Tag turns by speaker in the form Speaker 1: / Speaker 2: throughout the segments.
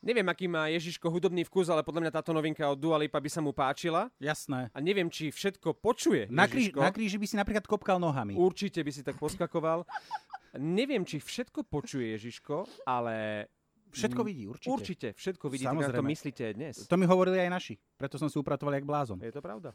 Speaker 1: Neviem, aký má Ježiško hudobný vkus, ale podľa mňa táto novinka od Dua Lipa by sa mu páčila.
Speaker 2: Jasné.
Speaker 1: A neviem, či všetko počuje
Speaker 2: Na, kríž,
Speaker 1: Ježiško.
Speaker 2: na kríži by si napríklad kopkal nohami.
Speaker 1: Určite by si tak poskakoval. Neviem, či všetko počuje Ježiško, ale
Speaker 2: Všetko vidí, určite.
Speaker 1: určite všetko vidí, tak na to
Speaker 2: Samozrejme.
Speaker 1: myslíte aj dnes.
Speaker 2: To mi hovorili aj naši, preto som si upratoval jak blázon.
Speaker 1: Je to pravda?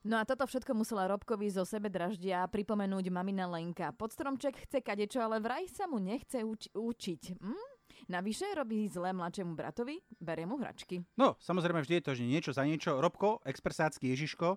Speaker 3: No a toto všetko musela Robkovi zo sebe draždia pripomenúť mamina Lenka. Pod stromček chce kadečo, ale vraj sa mu nechce uč- učiť. Hm? Navyše robí zle mladšiemu bratovi, berie mu hračky.
Speaker 2: No, samozrejme vždy je to, že niečo za niečo. Robko, expresácky Ježiško, e,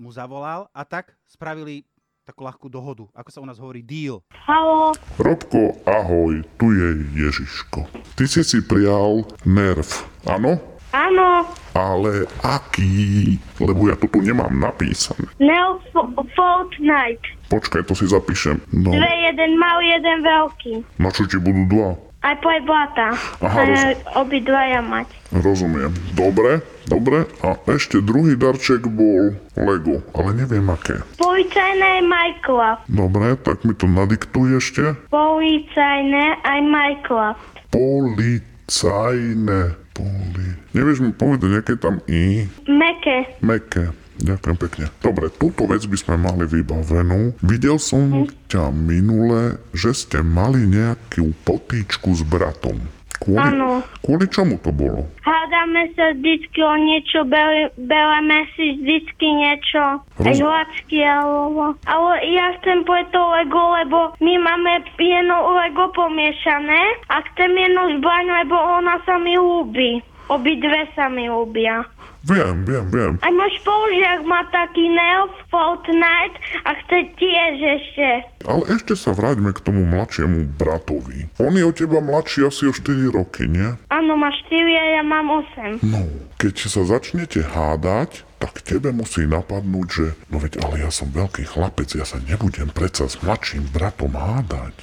Speaker 2: mu zavolal a tak spravili takú ľahkú dohodu. Ako sa u nás hovorí, deal.
Speaker 4: Halo,
Speaker 5: Robko, ahoj, tu je Ježiško. Ty si si prijal nerv, áno?
Speaker 4: áno,
Speaker 5: Ale aký? Lebo ja to tu nemám napísané.
Speaker 4: Neo Fo- Fortnite.
Speaker 5: Počkaj, to si zapíšem. No,
Speaker 4: 2, jeden malý, jeden veľký.
Speaker 5: na čo ti budú dva?
Speaker 4: Aj po aj blata.
Speaker 5: Aha,
Speaker 4: Aj obidvaja mať.
Speaker 5: Rozumiem. Dobre, dobre. A ešte druhý darček bol Lego, ale neviem aké.
Speaker 4: Policajné aj Minecraft.
Speaker 5: Dobre, tak mi to nadiktuj ešte.
Speaker 4: Policajné aj Minecraft.
Speaker 5: Policajné poli. Nevieš mi povedať, aké tam i?
Speaker 4: Meké.
Speaker 5: Meké. Ďakujem pekne. Dobre, túto vec by sme mali vybavenú. Videl som ťa minule, že ste mali nejakú potíčku s bratom. Kvôli,
Speaker 4: Áno.
Speaker 5: kvôli čomu to bolo?
Speaker 4: Hádame sa vždycky o niečo, bere- bereme si vždycky niečo. Aj
Speaker 5: Rozum-
Speaker 4: hlačky alebo... Ale ja chcem povedať to Lego, lebo my máme jedno Lego pomiešané a chcem jednu zbraň, lebo ona sa mi ľúbi. Obidve sa mi ľúbia.
Speaker 5: Viem, viem, viem.
Speaker 4: Aj môj spolužiak má taký Neo Fortnite a chce tiež ešte.
Speaker 5: Ale ešte sa vráťme k tomu mladšiemu bratovi. On je od teba mladší asi o 4 roky, nie?
Speaker 4: Áno, má 4 a ja mám 8.
Speaker 5: No, keď sa začnete hádať, tak tebe musí napadnúť, že no veď, ale ja som veľký chlapec, ja sa nebudem predsa s mladším bratom hádať.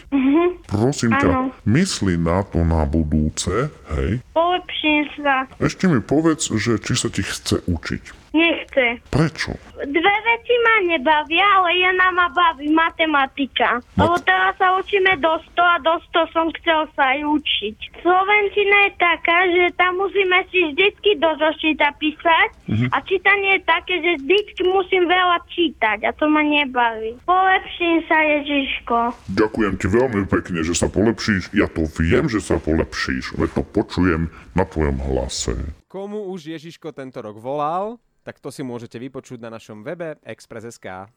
Speaker 5: Prosím
Speaker 4: Áno.
Speaker 5: ťa, mysli na to na budúce, hej?
Speaker 4: Polepším sa.
Speaker 5: Ešte mi povedz, že či sa ti chce učiť.
Speaker 4: Nechce.
Speaker 5: Prečo?
Speaker 4: Dve veci ma nebavia, ale jedna ma baví, matematika. Lebo teraz sa učíme do 100 a do 100 som chcel sa aj učiť. Slovenčina je taká, že tam musíme si vždycky do zošita písať a čítanie je také, že vždycky musím veľa čítať a to ma nebaví. Polepším sa, Ježiško.
Speaker 5: Ďakujem ti veľmi pekne, že sa polepšíš. Ja to viem, že sa polepšíš, veď to počujem na tvojom hlase.
Speaker 1: Komu už Ježiško tento rok volal, tak to si môžete vypočuť na našom webe Express.sk.